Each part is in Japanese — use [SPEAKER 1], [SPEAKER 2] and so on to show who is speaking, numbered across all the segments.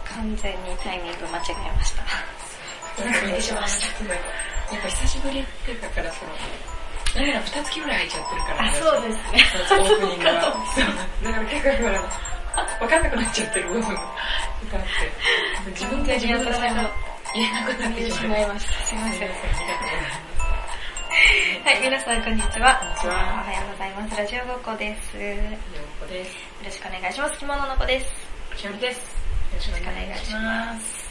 [SPEAKER 1] タイミング間違えました。失礼しました。
[SPEAKER 2] なんか久しぶりっていうかだから、その、なんなら2月ぐらい入っちゃってるから、
[SPEAKER 1] あ、そうですね。
[SPEAKER 2] そのオープニングが。そうだから結構今、わかんなくなっちゃってる部分がいっぱいあって、自分で自分の名前が言えなくなっ
[SPEAKER 1] 見
[SPEAKER 2] て
[SPEAKER 1] て
[SPEAKER 2] し
[SPEAKER 1] し
[SPEAKER 2] ま
[SPEAKER 1] ま
[SPEAKER 2] い
[SPEAKER 1] い
[SPEAKER 2] ま
[SPEAKER 1] ました。すいません。
[SPEAKER 2] す。
[SPEAKER 1] はい、皆さんこんにちは。
[SPEAKER 2] こんにちは
[SPEAKER 1] おはようございます。ラジオごっこです。よ
[SPEAKER 2] ようこです。
[SPEAKER 1] ろしくお願いします。着物の子です。
[SPEAKER 2] きよりです。よろしくお願いします。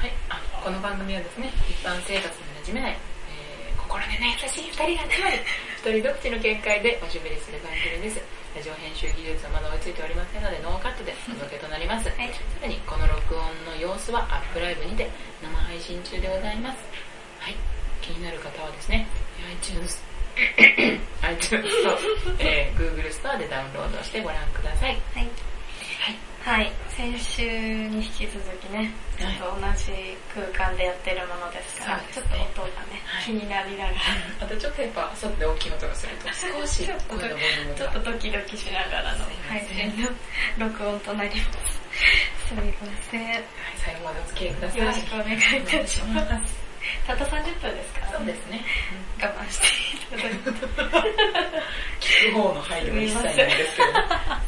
[SPEAKER 2] はい、あこの番組はですね、一般生活に馴染めない、えー、心根の優しい二人が集まり、一人独自の見解でおしゃべりする番組です。ラジオ編集技術はまだ追いついておりませんので、ノーカットでお届けとなります。
[SPEAKER 1] はい
[SPEAKER 2] さらに、この録音の様子はアップライブにて生配信中でございます。はい、気になる方はですね、iTunes 、iTunes と、えー、Google ストアでダウンロードしてご覧ください。
[SPEAKER 1] はい。
[SPEAKER 2] はい。
[SPEAKER 1] はい、先週に引き続きね、
[SPEAKER 2] はい
[SPEAKER 1] ちょっと同じ空間でやってるものですから、ち
[SPEAKER 2] そ
[SPEAKER 1] ょ
[SPEAKER 2] う
[SPEAKER 1] っ
[SPEAKER 2] です
[SPEAKER 1] と
[SPEAKER 2] ね
[SPEAKER 1] 音がね、
[SPEAKER 2] はい
[SPEAKER 1] 気になりながら、
[SPEAKER 2] あとちょっとやっぱ外で大きい音がすると少し
[SPEAKER 1] ちょっと
[SPEAKER 2] 声のボリューム
[SPEAKER 1] ちょ
[SPEAKER 2] が
[SPEAKER 1] っとドキドキしながらの配信の録音となります。すみません。よ
[SPEAKER 2] はい最後までお付き合いください。
[SPEAKER 1] ろしくお願いいたします。たった30分ですから、
[SPEAKER 2] そうですね。
[SPEAKER 1] 我慢していただいて。
[SPEAKER 2] 聞く方の配慮は一切ないですけど。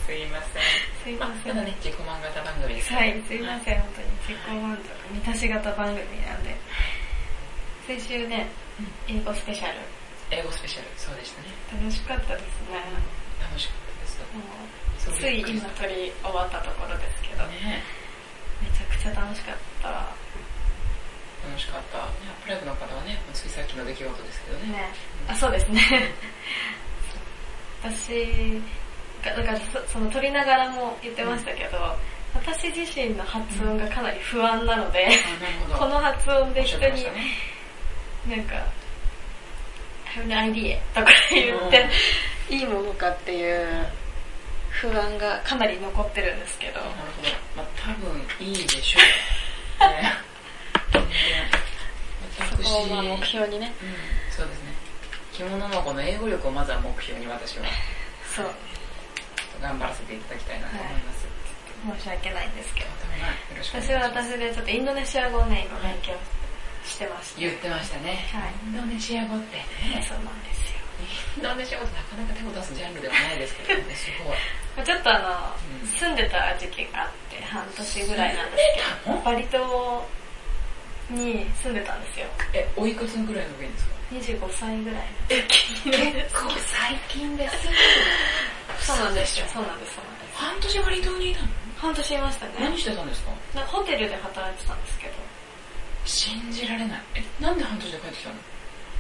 [SPEAKER 2] すいませ
[SPEAKER 1] すい
[SPEAKER 2] ん。ま
[SPEAKER 1] ま
[SPEAKER 2] あ、
[SPEAKER 1] せ
[SPEAKER 2] た
[SPEAKER 1] ん。
[SPEAKER 2] だね、自己漫画型番組です。
[SPEAKER 1] はい、すいま
[SPEAKER 2] ん。
[SPEAKER 1] せん、本当に自己満足、満たし型番組なんで。先週ね、英語スペシャル、
[SPEAKER 2] 英語スペシャル、そうでしたね。
[SPEAKER 1] 楽しかったですね。
[SPEAKER 2] 楽しかったです
[SPEAKER 1] も
[SPEAKER 2] そう
[SPEAKER 1] う、つい今撮り終わったところですけど、め
[SPEAKER 2] ね。
[SPEAKER 1] ちゃくちゃ楽しかった。
[SPEAKER 2] 楽しかった。ねアップライブの方はね、もうついさっきの出来事ですけど ね。
[SPEAKER 1] ね、あ、そうですね。私が、だからそその撮りながらも言ってましたけど、私自身の発音がかなり不安なので、
[SPEAKER 2] あ、なるほど。
[SPEAKER 1] この発音で
[SPEAKER 2] おっ
[SPEAKER 1] 人
[SPEAKER 2] しゃってまし
[SPEAKER 1] に
[SPEAKER 2] たね。
[SPEAKER 1] なんか、have no idea とか言って、いいものかっていう不安がかなり残ってるんですけど、
[SPEAKER 2] なるほど。まあ、多分いいでしょう。ね。
[SPEAKER 1] そ
[SPEAKER 2] 全然
[SPEAKER 1] こをまあ
[SPEAKER 2] 私
[SPEAKER 1] 目標にね。
[SPEAKER 2] うんそうですね。着物のこの英語力をまずは目標に私は
[SPEAKER 1] そう、
[SPEAKER 2] 頑張らせていただきたいなと思います。
[SPEAKER 1] 申し訳ないんですけど。
[SPEAKER 2] とんでもないよろしくお願い
[SPEAKER 1] 私
[SPEAKER 2] し
[SPEAKER 1] は
[SPEAKER 2] ます。
[SPEAKER 1] 私でちょっとインドネシア語をね、今勉強してました。
[SPEAKER 2] 言ってましたね。
[SPEAKER 1] はい
[SPEAKER 2] インドネシア語ってね、
[SPEAKER 1] そうなんですよ。
[SPEAKER 2] インドネシア語ってなかなか手を出すジャンルではないですけどね、すごい。
[SPEAKER 1] まあちょっとあ
[SPEAKER 2] うん
[SPEAKER 1] の、住んでた時期があって、半年ぐらいなんです
[SPEAKER 2] え、
[SPEAKER 1] けど、バリ島に住んでたんですよ。
[SPEAKER 2] え、おいくつぐらいの上ですか
[SPEAKER 1] 25歳ぐらいの。
[SPEAKER 2] 結構最近です。
[SPEAKER 1] そうなんですよ。そうなんです、そうなんです。
[SPEAKER 2] 半年バリ島にいたの
[SPEAKER 1] 半年いましたね。
[SPEAKER 2] 何してたんですか
[SPEAKER 1] なホテルで働いてたんですけど、
[SPEAKER 2] 信じられない。え、なんで半年で帰ってきたの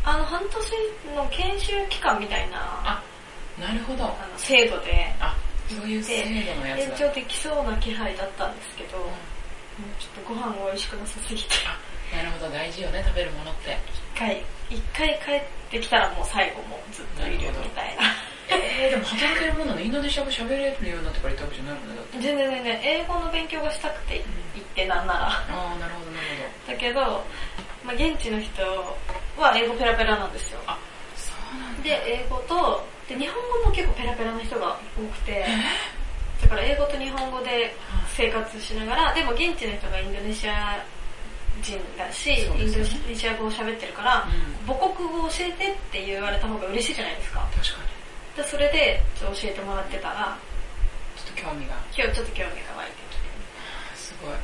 [SPEAKER 1] あの、半年の研修期間みたいな、
[SPEAKER 2] あ、なるほど。
[SPEAKER 1] あの、制度で、
[SPEAKER 2] あ、そういう制度のや
[SPEAKER 1] 延
[SPEAKER 2] つだ。
[SPEAKER 1] 長できそうな気配だったんですけど、もうちょっとご飯が美味しくなさすぎて、
[SPEAKER 2] なるほど、大事よね、食べるものって。
[SPEAKER 1] 一回、一回帰ってきたらもう最後もずっといるみたいな。
[SPEAKER 2] えー、でも働けるもののインドネシア語喋れるようになってから行ったわけじゃないもんね、だって。
[SPEAKER 1] 全然全然、英語の勉強がしたくて行ってなんなら。
[SPEAKER 2] ああ、なるほど、なるほど。
[SPEAKER 1] だけど、まあ、現地の人は英語ペラペラなんですよ。
[SPEAKER 2] そうなん
[SPEAKER 1] で、英語と、で、日本語も結構ペラペラな人が多くて、だから英語と日本語で生活しながら、でも現地の人がインドネシア人だし、
[SPEAKER 2] そう
[SPEAKER 1] イ
[SPEAKER 2] で
[SPEAKER 1] ン
[SPEAKER 2] す
[SPEAKER 1] ド
[SPEAKER 2] よね
[SPEAKER 1] ネシア語を喋ってるから、
[SPEAKER 2] う
[SPEAKER 1] 母国語を教えてって言われた方が嬉しいじゃないですか。
[SPEAKER 2] 確かに。
[SPEAKER 1] でそれでちょっと教えてもらってたら、
[SPEAKER 2] ちょっと興味が。
[SPEAKER 1] 今日ちょっと興味が湧いてきて。
[SPEAKER 2] すごい。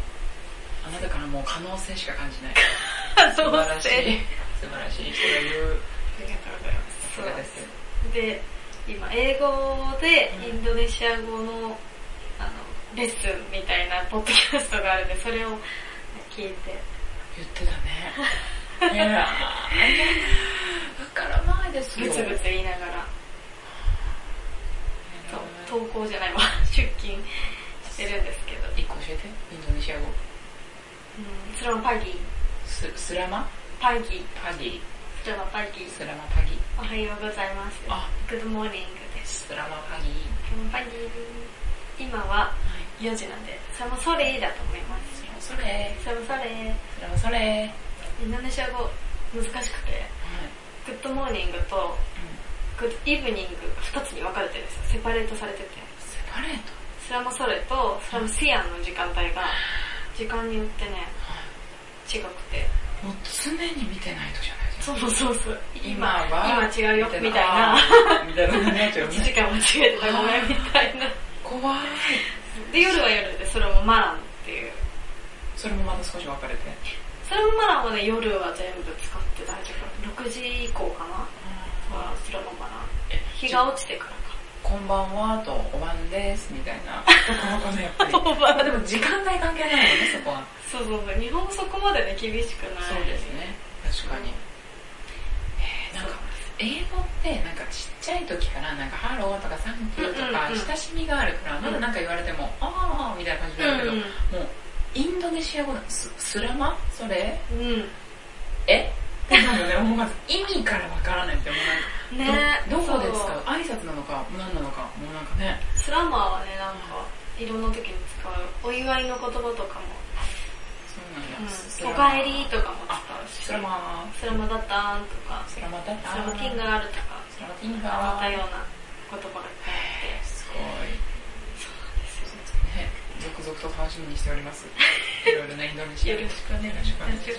[SPEAKER 2] あなたからもう可能性しか感じない。
[SPEAKER 1] そ
[SPEAKER 2] 素
[SPEAKER 1] う
[SPEAKER 2] 晴らし
[SPEAKER 1] し
[SPEAKER 2] い
[SPEAKER 1] て。。
[SPEAKER 2] 素晴らしい人がいる。
[SPEAKER 1] ありがとうございます。
[SPEAKER 2] さすがです。
[SPEAKER 1] で、今、英語でインドネシア語の,、あのレッスンみたいなポッドキャストがあるんで、それを聞いて、
[SPEAKER 2] 言ってた ね。いやー、いやー、わからないです
[SPEAKER 1] ブ
[SPEAKER 2] よ。
[SPEAKER 1] ツブツ言いながら、
[SPEAKER 2] と
[SPEAKER 1] そう登校じゃないわ、 出勤してるんですけど、
[SPEAKER 2] 一個教えて、インドネシア語。
[SPEAKER 1] うん、スラムパギー、
[SPEAKER 2] ススラマ
[SPEAKER 1] パギー、
[SPEAKER 2] パギ
[SPEAKER 1] スラムパギー
[SPEAKER 2] ー。、スラマパギー。
[SPEAKER 1] おはようございます。
[SPEAKER 2] あ、
[SPEAKER 1] グッドモーニングです。
[SPEAKER 2] スラマパギー。
[SPEAKER 1] スラムパギー。今は
[SPEAKER 2] はい。
[SPEAKER 1] 4時なんで、サムソレーだと思います。
[SPEAKER 2] それ、
[SPEAKER 1] サムソレ
[SPEAKER 2] それ、それ。はい。
[SPEAKER 1] ー、インドネシア語難しくて、グッドモーニングとグッドイブニングが2つに分かれてるんですよ。セパレートされてて。
[SPEAKER 2] セパレート
[SPEAKER 1] スラムソレとスラムシアンの時間帯が時間によってね、違くて。
[SPEAKER 2] もう常に見てないとじゃないです
[SPEAKER 1] そうそうそうそう。
[SPEAKER 2] か。
[SPEAKER 1] 今、
[SPEAKER 2] は
[SPEAKER 1] 今違うよ、みたいな。。
[SPEAKER 2] あーみたいなのになっちゃう
[SPEAKER 1] 1
[SPEAKER 2] ね
[SPEAKER 1] 時間間違えてたごめん、みた いな。
[SPEAKER 2] 怖い。
[SPEAKER 1] で、夜は夜で、それもマランっていう。
[SPEAKER 2] それもまた少し分かれて。
[SPEAKER 1] それもマランはね、夜は全部使って大丈夫。6時以降かなは、それもマラン。
[SPEAKER 2] え
[SPEAKER 1] 日が落ちてからか。
[SPEAKER 2] こんばんはと、おばんです、みたい な。この子ね、やっぱ り。
[SPEAKER 1] おばん
[SPEAKER 2] まあでも時間帯関係ないもんね、そこは。
[SPEAKER 1] そうそうそう。日本もそこまでね、厳しくない。
[SPEAKER 2] そうですね。確かに。えーなんか、英語って、なんかちっちゃい時から、なんか、ハローとかサンキューと
[SPEAKER 1] う
[SPEAKER 2] か
[SPEAKER 1] んうんうん、
[SPEAKER 2] 親しみがあるから、まだなんか言われても、あーみたいな感じに
[SPEAKER 1] う
[SPEAKER 2] なるけど、
[SPEAKER 1] ん
[SPEAKER 2] もう、インドネシア語のススラマそれ
[SPEAKER 1] うん。
[SPEAKER 2] えってなるよね、思わず。意味からわからないって、もうなんか
[SPEAKER 1] うん。ね
[SPEAKER 2] どどこで使
[SPEAKER 1] そう
[SPEAKER 2] 挨拶なのか何なのかもうなんかね
[SPEAKER 1] スラマーはね、なんか、いろんな時に使う。お祝いの言葉とかも、
[SPEAKER 2] そ
[SPEAKER 1] う
[SPEAKER 2] う
[SPEAKER 1] ん、
[SPEAKER 2] なん
[SPEAKER 1] お
[SPEAKER 2] だ
[SPEAKER 1] かえりとかも
[SPEAKER 2] ス
[SPEAKER 1] 使う
[SPEAKER 2] ラ
[SPEAKER 1] し、
[SPEAKER 2] マ
[SPEAKER 1] スラマだったーんとか、
[SPEAKER 2] スラマだっ
[SPEAKER 1] ス
[SPEAKER 2] た
[SPEAKER 1] ラマティンガールとか、
[SPEAKER 2] スラマティン
[SPEAKER 1] 変わっ
[SPEAKER 2] ガ
[SPEAKER 1] た
[SPEAKER 2] ー
[SPEAKER 1] ような言葉がいっぱいあって、
[SPEAKER 2] すごい
[SPEAKER 1] そうなんですよね。
[SPEAKER 2] ね続々と楽しみにしておりますいろいろなインドネシア
[SPEAKER 1] よろしくお願い
[SPEAKER 2] よろしくお願いします
[SPEAKER 1] し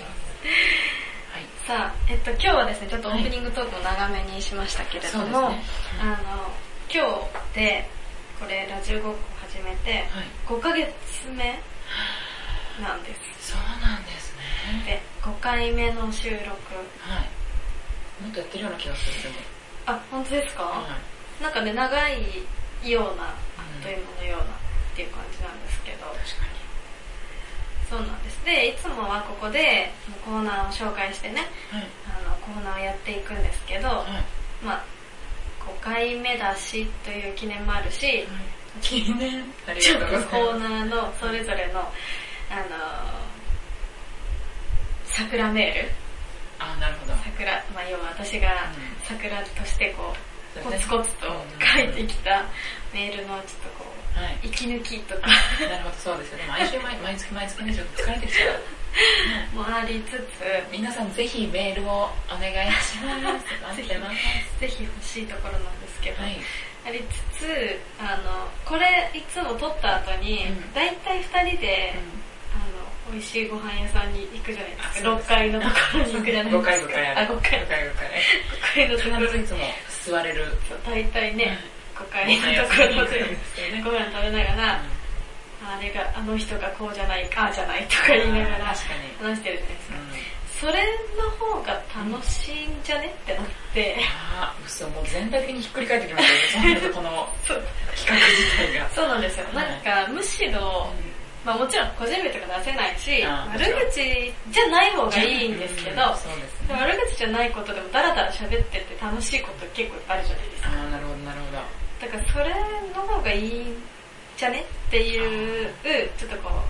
[SPEAKER 1] まさ
[SPEAKER 2] はい
[SPEAKER 1] あ、えっと、今日はですね、ちょっとオープニングトークを長めにしましたけれど
[SPEAKER 2] そうですね
[SPEAKER 1] も、あの、今日で、これ、ラジオごっこ始めて、
[SPEAKER 2] はい
[SPEAKER 1] 5ヶ月目なんです。
[SPEAKER 2] そうなんですね
[SPEAKER 1] で、5回目の収録。
[SPEAKER 2] はいもっとやってるような気がするでも
[SPEAKER 1] あ、本当ですか、
[SPEAKER 2] はい
[SPEAKER 1] なんかね、長いような、あ
[SPEAKER 2] う
[SPEAKER 1] っ
[SPEAKER 2] ん
[SPEAKER 1] という間のようなっていう感じなんですけど、
[SPEAKER 2] 確かに
[SPEAKER 1] そうなんです。で、いつもはここでコーナーを紹介してね、
[SPEAKER 2] はい
[SPEAKER 1] あの、コーナーをやっていくんですけど、
[SPEAKER 2] はい
[SPEAKER 1] まあ、5回目だしという記念もあるし、
[SPEAKER 2] 記念あり
[SPEAKER 1] ちょ
[SPEAKER 2] が
[SPEAKER 1] っ
[SPEAKER 2] と
[SPEAKER 1] と
[SPEAKER 2] うございます
[SPEAKER 1] コーナーのそれぞれの、あの、桜メール。
[SPEAKER 2] あなるほど
[SPEAKER 1] 桜、まあ、要は私が
[SPEAKER 2] うん
[SPEAKER 1] 桜としてこう、
[SPEAKER 2] そう
[SPEAKER 1] コ
[SPEAKER 2] です
[SPEAKER 1] ツ
[SPEAKER 2] ね
[SPEAKER 1] コツと書いてきたメールのちょっとこう、
[SPEAKER 2] はい
[SPEAKER 1] 息抜きとか
[SPEAKER 2] なるほど、そうですよね。毎週毎毎月毎月ね、ちょっと疲れてきちゃう。
[SPEAKER 1] もありつつ、
[SPEAKER 2] 皆さんぜひメールをお願いします。待ってます。
[SPEAKER 1] ぜひ欲しいところなんですけど、
[SPEAKER 2] はい。
[SPEAKER 1] ありつつ、あの、これいつも撮った後に、
[SPEAKER 2] うん
[SPEAKER 1] だいたい二人で、あの、美味しいご飯屋さんに行くじゃないですか。6階のところに行くじゃないですか。
[SPEAKER 2] 5回5回あ
[SPEAKER 1] あ、
[SPEAKER 2] る。
[SPEAKER 1] 5階
[SPEAKER 2] 5。回5回。
[SPEAKER 1] 5階のとこ
[SPEAKER 2] 必
[SPEAKER 1] ろ
[SPEAKER 2] ずい
[SPEAKER 1] に。
[SPEAKER 2] つも座れる。
[SPEAKER 1] そう、大体ね、5階のところで
[SPEAKER 2] ね。
[SPEAKER 1] ご飯食べながら、あれが、あの人がこうじゃない、ああじゃないとか言いながら
[SPEAKER 2] 確かに。
[SPEAKER 1] 話してるじゃないです
[SPEAKER 2] う
[SPEAKER 1] か。
[SPEAKER 2] ん
[SPEAKER 1] それの方が楽しいんじゃねってなって、
[SPEAKER 2] あー嘘、もう全体的にひっくり返ってきましたよね。そんなこの
[SPEAKER 1] そう
[SPEAKER 2] 企画自体が。
[SPEAKER 1] そうなんですよ。なんか、むしろ、まあもちろん個人名とか出せないし、
[SPEAKER 2] あー
[SPEAKER 1] 悪口じゃない方がいいんですけど、
[SPEAKER 2] うんそうです
[SPEAKER 1] で
[SPEAKER 2] ね
[SPEAKER 1] も。悪口じゃないことでもダラダラ喋ってて楽しいこと結構いっぱいあるじゃないです
[SPEAKER 2] あ
[SPEAKER 1] か。
[SPEAKER 2] ー、なるほど、なるほど。
[SPEAKER 1] だからそれの方がいいんじゃねっていう、ちょっとこ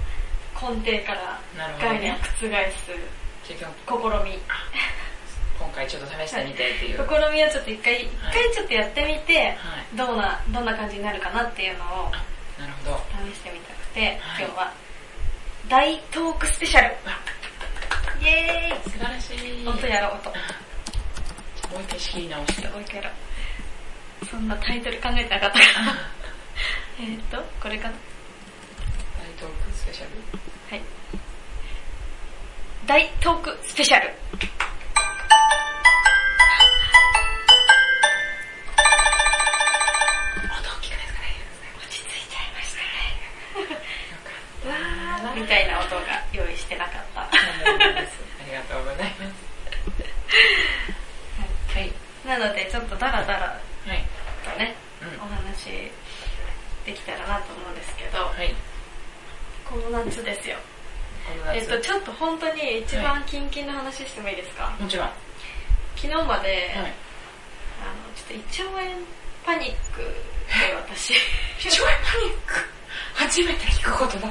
[SPEAKER 1] う、根底から
[SPEAKER 2] なるほど
[SPEAKER 1] 概念を
[SPEAKER 2] ね
[SPEAKER 1] 覆。す
[SPEAKER 2] 結局、
[SPEAKER 1] 試み。
[SPEAKER 2] 今回ちょっと試してみてっていう。
[SPEAKER 1] 試
[SPEAKER 2] はい。
[SPEAKER 1] みをちょっと一回、一回ちょっとやってみて、どうな、どんな感じになるかなっていうのを
[SPEAKER 2] なるほど。
[SPEAKER 1] 試してみたくて、
[SPEAKER 2] はい
[SPEAKER 1] 今日は、大トークスペシャル
[SPEAKER 2] わ
[SPEAKER 1] イエー
[SPEAKER 2] 素晴らしい。
[SPEAKER 1] イ音やろう、音。
[SPEAKER 2] もう一回仕切り直して。
[SPEAKER 1] もう一回やろう。そんなタイトル考えてなかった から。えーっと、これかな
[SPEAKER 2] 大トークスペシャ
[SPEAKER 1] は
[SPEAKER 2] ル。
[SPEAKER 1] い。大トークスペシャル。落ち着いちゃいました
[SPEAKER 2] 音を聞かないとかね。よか
[SPEAKER 1] ね。わーみたいな音が用意してなかった。
[SPEAKER 2] ったです。ありがとうございます。はい。
[SPEAKER 1] なので、ちょっとダラダラ
[SPEAKER 2] はい。
[SPEAKER 1] とね、
[SPEAKER 2] うん
[SPEAKER 1] お話できたらなと思うんですけど、
[SPEAKER 2] はい。
[SPEAKER 1] この夏ですよ。
[SPEAKER 2] この
[SPEAKER 1] えっ
[SPEAKER 2] 夏
[SPEAKER 1] と、ちょっと本当に一番キンキンの話してもいいですか、
[SPEAKER 2] もちろん。は
[SPEAKER 1] 昨日まで、
[SPEAKER 2] い。
[SPEAKER 1] あの、ちょっと1兆円パニックで私、
[SPEAKER 2] 一兆円パニック。初めて聞くことだ。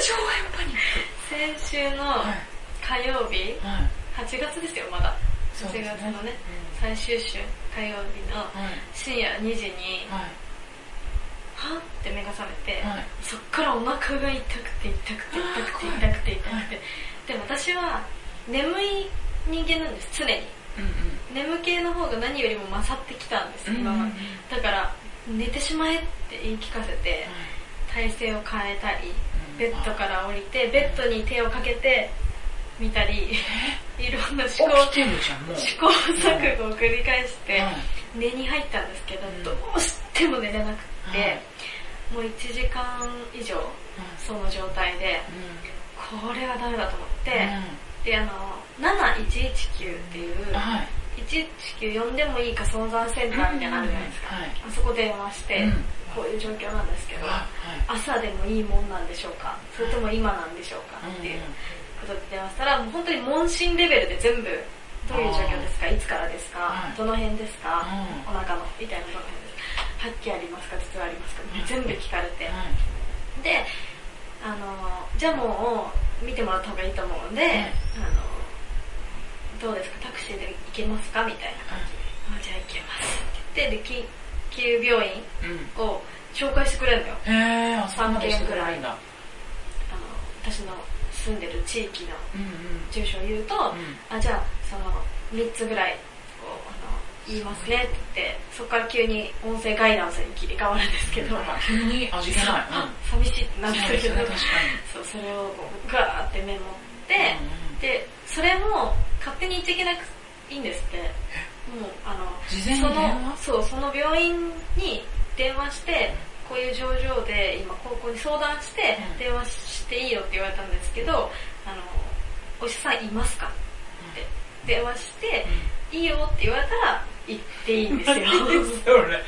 [SPEAKER 2] 一兆円パニック。
[SPEAKER 1] 先週の
[SPEAKER 2] はい。
[SPEAKER 1] 火曜日、
[SPEAKER 2] はい。
[SPEAKER 1] 8月ですよ、まだ。
[SPEAKER 2] そう
[SPEAKER 1] 8
[SPEAKER 2] です
[SPEAKER 1] 月
[SPEAKER 2] ね。
[SPEAKER 1] のね、最終週火曜日の
[SPEAKER 2] うんはい。
[SPEAKER 1] 深夜2時に、
[SPEAKER 2] は
[SPEAKER 1] はって目が覚めて
[SPEAKER 2] い。、はい。
[SPEAKER 1] そっからお腹が痛くて痛くて痛くて
[SPEAKER 2] あー
[SPEAKER 1] 痛くて痛
[SPEAKER 2] は
[SPEAKER 1] くて。で、私は眠い人間なんです、常に。
[SPEAKER 2] うんうん。
[SPEAKER 1] 眠気の方が何よりも勝ってきたんです、今まで。だから、寝てしまえって言い聞かせて、体勢を変えたり、
[SPEAKER 2] うん
[SPEAKER 1] ベッドから降りて、ベッドに手をかけて見たり、いろんな試行、
[SPEAKER 2] 起きてるじゃん、もう。
[SPEAKER 1] 試行錯誤を繰り返して、
[SPEAKER 2] う
[SPEAKER 1] 寝に入ったんですけど、
[SPEAKER 2] うん
[SPEAKER 1] どうしても寝れなくって、もう1時間以上、その状態で、
[SPEAKER 2] んうん
[SPEAKER 1] これはダメだと思っ
[SPEAKER 2] う
[SPEAKER 1] て、で、あの、7119ってい
[SPEAKER 2] ん
[SPEAKER 1] う、
[SPEAKER 2] はい。
[SPEAKER 1] 119呼んでもいいか相談センターみたいなのあるじゃないですか。
[SPEAKER 2] はい。
[SPEAKER 1] あそこ電話して、
[SPEAKER 2] うん
[SPEAKER 1] こういう状況なんですけど、
[SPEAKER 2] はい。
[SPEAKER 1] 朝でもいいもんなんでしょうかそれとも今なんでしょうかっていうことで電話したら、もう本当に問診レベルで全部、どういう状況ですかいつからですか
[SPEAKER 2] はい
[SPEAKER 1] どの辺ですか
[SPEAKER 2] うん
[SPEAKER 1] お腹の、みたいなどの辺ですか発揮ありますか実はありますか
[SPEAKER 2] うん
[SPEAKER 1] 全部聞かれて。
[SPEAKER 2] はい
[SPEAKER 1] で、あの、じゃあもう、見てもらった方がいいと思うんで、あの、どうですかタクシーで行けますかみたいな感じで。あじゃあ行けますって言って、で、緊急病院
[SPEAKER 2] うん
[SPEAKER 1] を紹介してくれるのよ。
[SPEAKER 2] へー、あそこまでしてくれないんだ。
[SPEAKER 1] あの、私の住んでる地域の
[SPEAKER 2] うんうん。
[SPEAKER 1] 住所を言うと、あ、じゃあ、その、3つぐらい、こう、あの、言いますねって言って、そこから急に音声ガイダンスに切り替わるんですけど、
[SPEAKER 2] あ急に味気ない。
[SPEAKER 1] あ寂しいって
[SPEAKER 2] う
[SPEAKER 1] なっ
[SPEAKER 2] ん。
[SPEAKER 1] た
[SPEAKER 2] そう
[SPEAKER 1] け
[SPEAKER 2] です
[SPEAKER 1] ど
[SPEAKER 2] ね、確、か
[SPEAKER 1] そう、それをこうガーってメモって、
[SPEAKER 2] に。うん
[SPEAKER 1] で、それも勝手に言っていけなくいいんですって。もう、あの、
[SPEAKER 2] 事前に電話
[SPEAKER 1] その、そう、その病院に電話して、こういう症状で今高校に相談して
[SPEAKER 2] うん、
[SPEAKER 1] 電話していいよって言われたんですけど、あの、お医者さんいますかって電話して、いいよって言われたら行っていいん ですよ。
[SPEAKER 2] それ。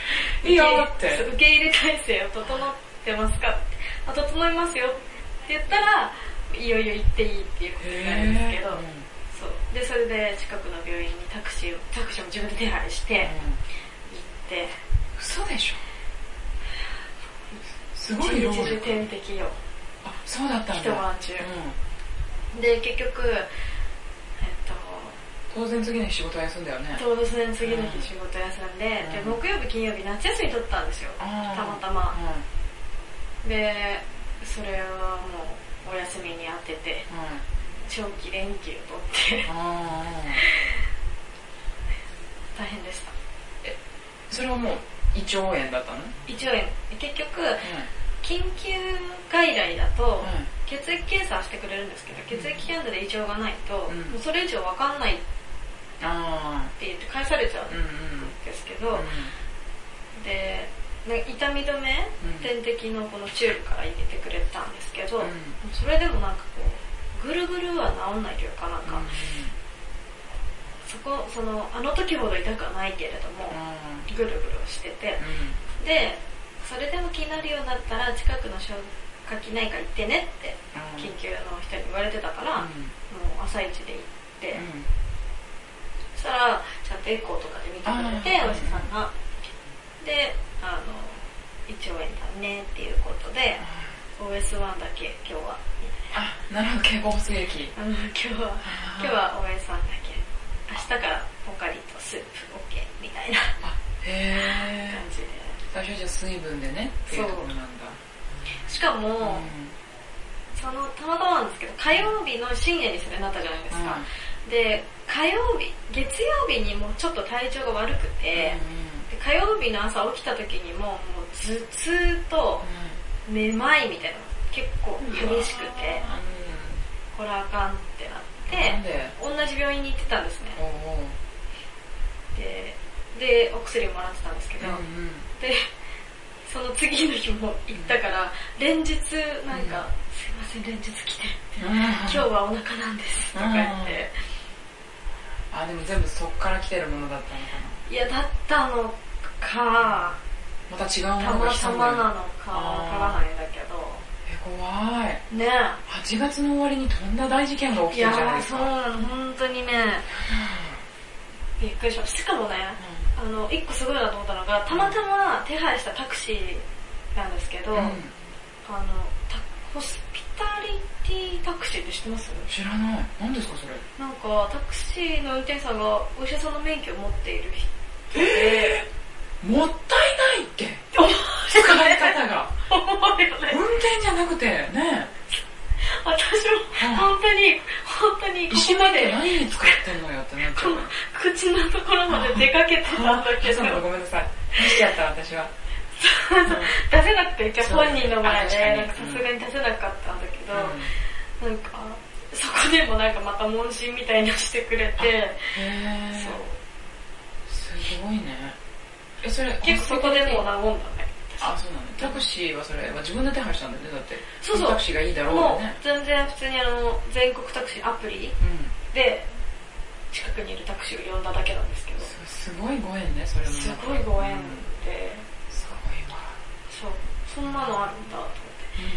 [SPEAKER 2] いいよって。
[SPEAKER 1] 受け受け入れ体制を整ってますかって。あ、整いますよって言ったら、いよいよ行っていいっていうことになるんですけど、
[SPEAKER 2] うん
[SPEAKER 1] そう。で、それで近くの病院にタクシーを、タクシーも自分で手配して、行って、
[SPEAKER 2] 嘘でしょすご
[SPEAKER 1] 一
[SPEAKER 2] いよ。
[SPEAKER 1] 日中点滴を、
[SPEAKER 2] あ、そうだったん
[SPEAKER 1] 一
[SPEAKER 2] だ。
[SPEAKER 1] 晩中。
[SPEAKER 2] うん
[SPEAKER 1] で、結局、えっ
[SPEAKER 2] 当然次の日仕事休んだよね
[SPEAKER 1] と、。ちょうどその次の日仕事休んで、で、
[SPEAKER 2] うん
[SPEAKER 1] 木曜日、金曜日夏休み取ったんですよ。
[SPEAKER 2] た
[SPEAKER 1] たま
[SPEAKER 2] ま
[SPEAKER 1] たま。
[SPEAKER 2] うん
[SPEAKER 1] で、それはもうお休みに当てて、
[SPEAKER 2] うん
[SPEAKER 1] 長期連休取って、
[SPEAKER 2] あー
[SPEAKER 1] 大変でした。
[SPEAKER 2] それはもう胃腸炎だったの
[SPEAKER 1] 一応、結局、緊急外来だと、血液検査してくれるんですけど、血液検査で異常がないと、
[SPEAKER 2] うん
[SPEAKER 1] もうそれ以上わかんないって
[SPEAKER 2] あ
[SPEAKER 1] 言って返されちゃうん
[SPEAKER 2] ーうんうん
[SPEAKER 1] ですけど、
[SPEAKER 2] うん
[SPEAKER 1] で、ね痛み止め、
[SPEAKER 2] うん
[SPEAKER 1] 点滴のこのチューブから入れてくれたんですけど、
[SPEAKER 2] うん
[SPEAKER 1] それでもなんかこう、ぐるぐるは治んないというかなんか、そこ、その、あの時ほど痛くはないけれども、ぐるぐるをしてて、で、それでも気になるようになったら近くの消化器内科行ってねって緊急の人に言われてたから、もう朝一で行って、そしたら、ちゃんとエコーとかで見てくれて、
[SPEAKER 2] あー
[SPEAKER 1] お医者さんが。で、あの、胃腸炎だねっていうことで、OS1 だけ今日は、
[SPEAKER 2] あ、なるほど、経口補正液。
[SPEAKER 1] あの、今日は、今日は OS1 だけ、明日からポカリとスープ OK みたいな
[SPEAKER 2] あ、へ
[SPEAKER 1] 感じで。
[SPEAKER 2] ー最初じゃあ水分でね、っていうところなんだ。
[SPEAKER 1] しかも、
[SPEAKER 2] うん
[SPEAKER 1] その、たまたまなんですけど、火曜日の深夜にそれなったじゃないですか。で、火曜日、月曜日にもうちょっと体調が悪くて、で火曜日の朝起きた時にも、もう頭痛と、めまいみたいなのが結構激しくて、これあかんってな
[SPEAKER 2] で、な
[SPEAKER 1] っ
[SPEAKER 2] んで
[SPEAKER 1] て、同じ病院に行ってたんですね。
[SPEAKER 2] おうおう
[SPEAKER 1] で、で、お薬をもらってたんですけど、
[SPEAKER 2] うん
[SPEAKER 1] で、その次の日も行ったから、連日なんか、すいません連日来て、今日
[SPEAKER 2] うん
[SPEAKER 1] はお腹なんですとか言って、
[SPEAKER 2] あ、でも全部そっから来てるものだったのかな。
[SPEAKER 1] いやだったのか、
[SPEAKER 2] また違うも
[SPEAKER 1] た
[SPEAKER 2] のが
[SPEAKER 1] ま
[SPEAKER 2] 来
[SPEAKER 1] た
[SPEAKER 2] たん
[SPEAKER 1] ま
[SPEAKER 2] だ
[SPEAKER 1] な
[SPEAKER 2] よ
[SPEAKER 1] のかわからないんだけど、
[SPEAKER 2] え、怖い。
[SPEAKER 1] ね
[SPEAKER 2] 8月の終わりにとんだ大事件が起
[SPEAKER 1] い
[SPEAKER 2] きてるじゃない
[SPEAKER 1] や
[SPEAKER 2] です
[SPEAKER 1] そ
[SPEAKER 2] か。
[SPEAKER 1] うなの、本当にね、びっくりしました。しかもね、あの、一個すごいなと思ったのが、たまたま手配したタクシーなんですけど、
[SPEAKER 2] うん
[SPEAKER 1] あの、タホスピタリティタクシーって知ってます
[SPEAKER 2] 知らない。何ですかそれ。
[SPEAKER 1] なんか、タクシーの運転手さんがお医者さんの免許を持っている人。
[SPEAKER 2] えもったいないって。使い方 が。
[SPEAKER 1] 思うよね
[SPEAKER 2] 運。転じゃなくて、ね。
[SPEAKER 1] 私も、本当に、本当に、こ
[SPEAKER 2] 石
[SPEAKER 1] こま
[SPEAKER 2] 巻って
[SPEAKER 1] で、
[SPEAKER 2] 何に使ってんのよってなっ ちゃう
[SPEAKER 1] こ。口のところまで出かけてたんだけど、
[SPEAKER 2] そうなのごめんなさい。見しちゃった私は。
[SPEAKER 1] 出せなくて、今日本人の前
[SPEAKER 2] そう
[SPEAKER 1] で、なんか
[SPEAKER 2] 確か
[SPEAKER 1] さ
[SPEAKER 2] に
[SPEAKER 1] すがに出せなかったんだけど、なんか、そこでもなんかまた問診みたいなしてくれて、
[SPEAKER 2] へ
[SPEAKER 1] そう
[SPEAKER 2] ー。すごいね。え、それ、
[SPEAKER 1] 結構そこでもう和んだね。
[SPEAKER 2] あ、そうなの。タクシーはそれ、まあ自分で手配したんだよね、だって。
[SPEAKER 1] そうそう
[SPEAKER 2] タクシーがいいだろう
[SPEAKER 1] も
[SPEAKER 2] よ
[SPEAKER 1] う
[SPEAKER 2] ね。
[SPEAKER 1] 全然普通にあの、全国タクシーアプリ
[SPEAKER 2] うん。
[SPEAKER 1] で、近くにいるタクシーを呼んだだけなんですけど、す
[SPEAKER 2] すすごいご縁ね、それも。
[SPEAKER 1] ごいご縁
[SPEAKER 2] うん
[SPEAKER 1] で、
[SPEAKER 2] すごいわ。
[SPEAKER 1] そう、そんなのあるんだと思っ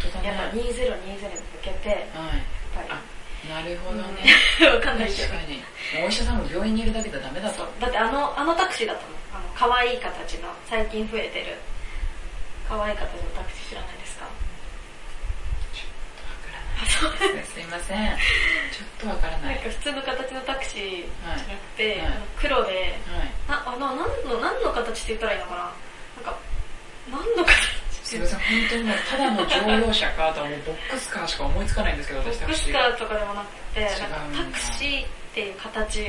[SPEAKER 2] 本当だ
[SPEAKER 1] て。
[SPEAKER 2] ね。
[SPEAKER 1] やっぱ2020に向けて、やっ
[SPEAKER 2] は
[SPEAKER 1] ぱり、
[SPEAKER 2] い。なるほどね。
[SPEAKER 1] うん わかん
[SPEAKER 2] 確
[SPEAKER 1] な
[SPEAKER 2] か
[SPEAKER 1] いけど。
[SPEAKER 2] に。お医者さんも病院にいるだけじゃダメだと
[SPEAKER 1] そう。だってあの、あのタクシーだったの。あの、可愛い形の、最近増えてる、可愛い形のタクシー知らないですか
[SPEAKER 2] わからないですね。すいません。ちょっとわからな。
[SPEAKER 1] ないん
[SPEAKER 2] はい。
[SPEAKER 1] か普通の形のタクシーじゃなくて、
[SPEAKER 2] はい
[SPEAKER 1] あの黒で、
[SPEAKER 2] は
[SPEAKER 1] な、
[SPEAKER 2] い。
[SPEAKER 1] あの、なんの、何の形って言ったらいいのかななんか、何の形
[SPEAKER 2] す
[SPEAKER 1] って言
[SPEAKER 2] いま
[SPEAKER 1] う
[SPEAKER 2] せん、本当にもうただの乗用車か、あとはもうボックスカーしか思いつかないんですけど、
[SPEAKER 1] ボッ
[SPEAKER 2] 私タ
[SPEAKER 1] ク
[SPEAKER 2] クシ
[SPEAKER 1] ス
[SPEAKER 2] ー
[SPEAKER 1] カ
[SPEAKER 2] が。
[SPEAKER 1] ーとかでもなくて、なんかタクシーっていう形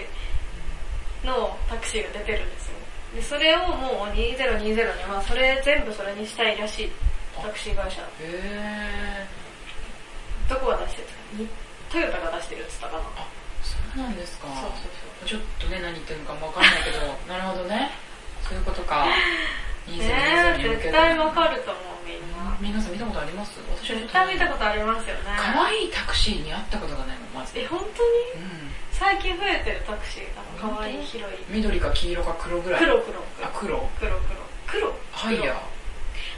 [SPEAKER 1] のタクシーが出てるんですよ。で、それをもう2020には、それ全部それにしたいらしい。タクシー会社。
[SPEAKER 2] へ
[SPEAKER 1] どこが出してるんですかトヨタが出してるって言ったかな。
[SPEAKER 2] ー、そうなんですか。
[SPEAKER 1] そうそう
[SPEAKER 2] ちょっとね、何言ってるのかもわかんないけど、なるほどね。そういうことか。いい
[SPEAKER 1] そう。
[SPEAKER 2] です
[SPEAKER 1] ね
[SPEAKER 2] ね
[SPEAKER 1] え、絶対わかると思う、みんな。
[SPEAKER 2] 皆さん見たことあります私はちょ
[SPEAKER 1] 絶
[SPEAKER 2] っと
[SPEAKER 1] 対見たことありますよね。
[SPEAKER 2] 可愛いタクシーに会ったことがないもん、まず。
[SPEAKER 1] え、本当に
[SPEAKER 2] うん。
[SPEAKER 1] 最近増えてるタクシー、あの、可愛い
[SPEAKER 2] 本当
[SPEAKER 1] 広い。
[SPEAKER 2] 緑か黄色か黒ぐらい。
[SPEAKER 1] 黒黒
[SPEAKER 2] あ、黒。
[SPEAKER 1] 黒黒黒黒
[SPEAKER 2] ハイヤー。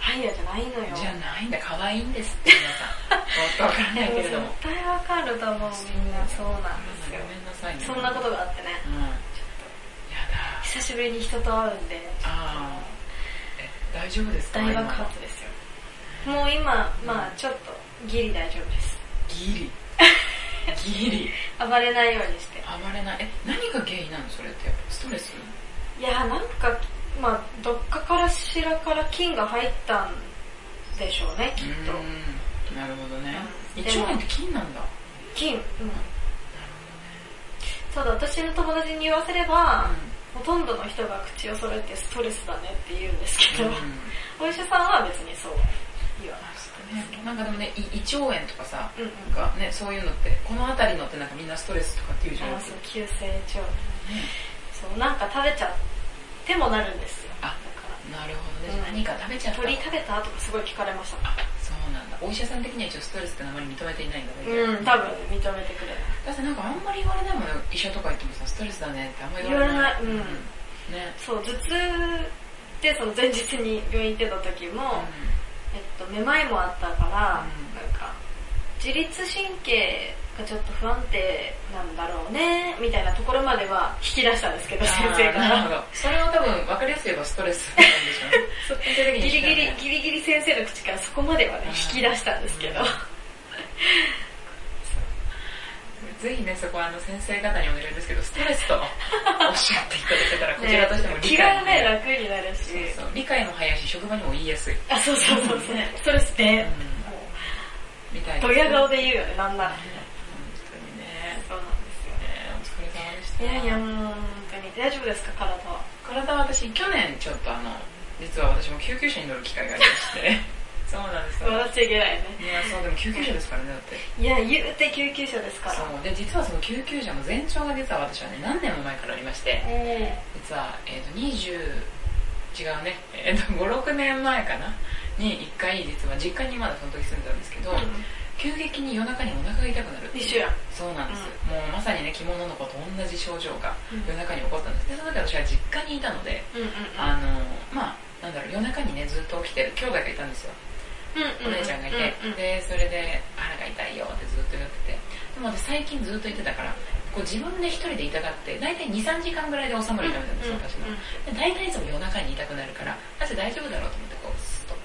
[SPEAKER 1] ハイヤーじゃないのよ
[SPEAKER 2] じゃないんだ、可愛いんですって、皆さん。わからないけれ ども。
[SPEAKER 1] 絶対わかると思うみんなそうなんですよ
[SPEAKER 2] ごめんなさいね。
[SPEAKER 1] そんなことがあってね
[SPEAKER 2] うん。やだ。
[SPEAKER 1] 久しぶりに人と会うんで
[SPEAKER 2] あえ、大丈夫ですか
[SPEAKER 1] 大爆発ですよもう今まあちょっとギリ大丈夫です
[SPEAKER 2] 今ギリ。ギ リ。
[SPEAKER 1] 暴れないようにして
[SPEAKER 2] 暴れない。え、何が原因なのそれって。やっぱストレス
[SPEAKER 1] いやなんかまあどっかからしらから菌が入ったんでしょうねきっと
[SPEAKER 2] うん。なるほどね。
[SPEAKER 1] うん
[SPEAKER 2] 一応炎って菌なんだ。
[SPEAKER 1] 菌うんただ私の友達に言わせれば、ほとんどの人が口を揃えてストレスだねって言うんですけ
[SPEAKER 2] う
[SPEAKER 1] ど、
[SPEAKER 2] ん。
[SPEAKER 1] お医者さんは別にそう言わない。
[SPEAKER 2] なんかでもね、い胃腸炎とかさ、
[SPEAKER 1] うんうん。
[SPEAKER 2] なんかね、そういうのって、この辺りのってなんかみんなストレスとかっていうじゃない
[SPEAKER 1] あ
[SPEAKER 2] です
[SPEAKER 1] そう
[SPEAKER 2] か。、
[SPEAKER 1] 急性腸炎。そう、なんか食べちゃってもなるんですよ。だ
[SPEAKER 2] あ
[SPEAKER 1] から、
[SPEAKER 2] なるほどね。
[SPEAKER 1] うん
[SPEAKER 2] 何か食べちゃったの
[SPEAKER 1] 鳥食べたとかすごい聞かれました。
[SPEAKER 2] あ、そうなんだ。お医者さん的には一応ストレスってあまり認めていないんだね。
[SPEAKER 1] うん、多分認めてくれない。
[SPEAKER 2] だってなんかあんまり言われないもんね医者とか行ってもさストレスだねってあんまり
[SPEAKER 1] 言われないうん
[SPEAKER 2] ね
[SPEAKER 1] そう、頭痛でその前日に病院行ってた時も、えっと、めまいもあったから、
[SPEAKER 2] うん
[SPEAKER 1] なんか、自律神経がちょっと不安定なんだろうね、みたいなところまでは引き出したんですけど、先生
[SPEAKER 2] あー
[SPEAKER 1] か
[SPEAKER 2] なるほ
[SPEAKER 1] ら。
[SPEAKER 2] どそれは多分分かりやすいばストレスなんでしょうねそう先生
[SPEAKER 1] ギ
[SPEAKER 2] 的に
[SPEAKER 1] リギリ
[SPEAKER 2] う、
[SPEAKER 1] ギリギリ先生の口からそこまではね
[SPEAKER 2] あ、
[SPEAKER 1] 引
[SPEAKER 2] ー
[SPEAKER 1] き出したんですけど。
[SPEAKER 2] う
[SPEAKER 1] は
[SPEAKER 2] んんぜひねそこはあの先生方にお願いですけどストレスとおっしゃっていただけたらこちらとしても理
[SPEAKER 1] 気
[SPEAKER 2] 解
[SPEAKER 1] が
[SPEAKER 2] も
[SPEAKER 1] ね、楽になるし。
[SPEAKER 2] そうそう理解も早いし職場にも言いやすい
[SPEAKER 1] あ、そうそうそうそ う。ストレスで、も、
[SPEAKER 2] みたいうな
[SPEAKER 1] ドヤ顔
[SPEAKER 2] で
[SPEAKER 1] で言うよね、なんなら
[SPEAKER 2] 本。当にね
[SPEAKER 1] そうなんですよ
[SPEAKER 2] ねお疲れ様でした
[SPEAKER 1] ね。いやいや、もう本当に。大丈夫ですか、体は。
[SPEAKER 2] 体は私去年ちょっとあの実は私も救急車に乗る機会がありまして そうなんですよ
[SPEAKER 1] 笑っちゃいけないね。
[SPEAKER 2] いやそうでも救急車ですからねだって
[SPEAKER 1] いや、言うて救急車ですから。
[SPEAKER 2] そうで実はその救急車の前兆が実は私はね何年も前からありまして
[SPEAKER 1] え
[SPEAKER 2] 実は、えー、と20違うね、えー、と56年前かなに1回実は実家にまだその時住んでたんですけど、
[SPEAKER 1] え
[SPEAKER 2] 急激に夜中にお腹が痛くなるっていう
[SPEAKER 1] 一緒やん。
[SPEAKER 2] そうなんです、もうまさにね着物の子と同じ症状が
[SPEAKER 1] うん
[SPEAKER 2] 夜中に起こったんですでその時私は実家にいたので
[SPEAKER 1] うんうんうん。
[SPEAKER 2] あのまあなんだろう夜中にねずっと起きてる兄弟がいたんですよ
[SPEAKER 1] うん
[SPEAKER 2] お姉ちゃんがいて、
[SPEAKER 1] うんうん
[SPEAKER 2] でそれで腹が痛いよってずっと言っててでも私最近ずっと言ってたからこう自分で一人で痛がって大体23時間ぐらいで収まる痛みなんですよ、私の
[SPEAKER 1] うんうん
[SPEAKER 2] で大体いつも夜中に痛くなるから私大丈夫だろうと思ってこうスッと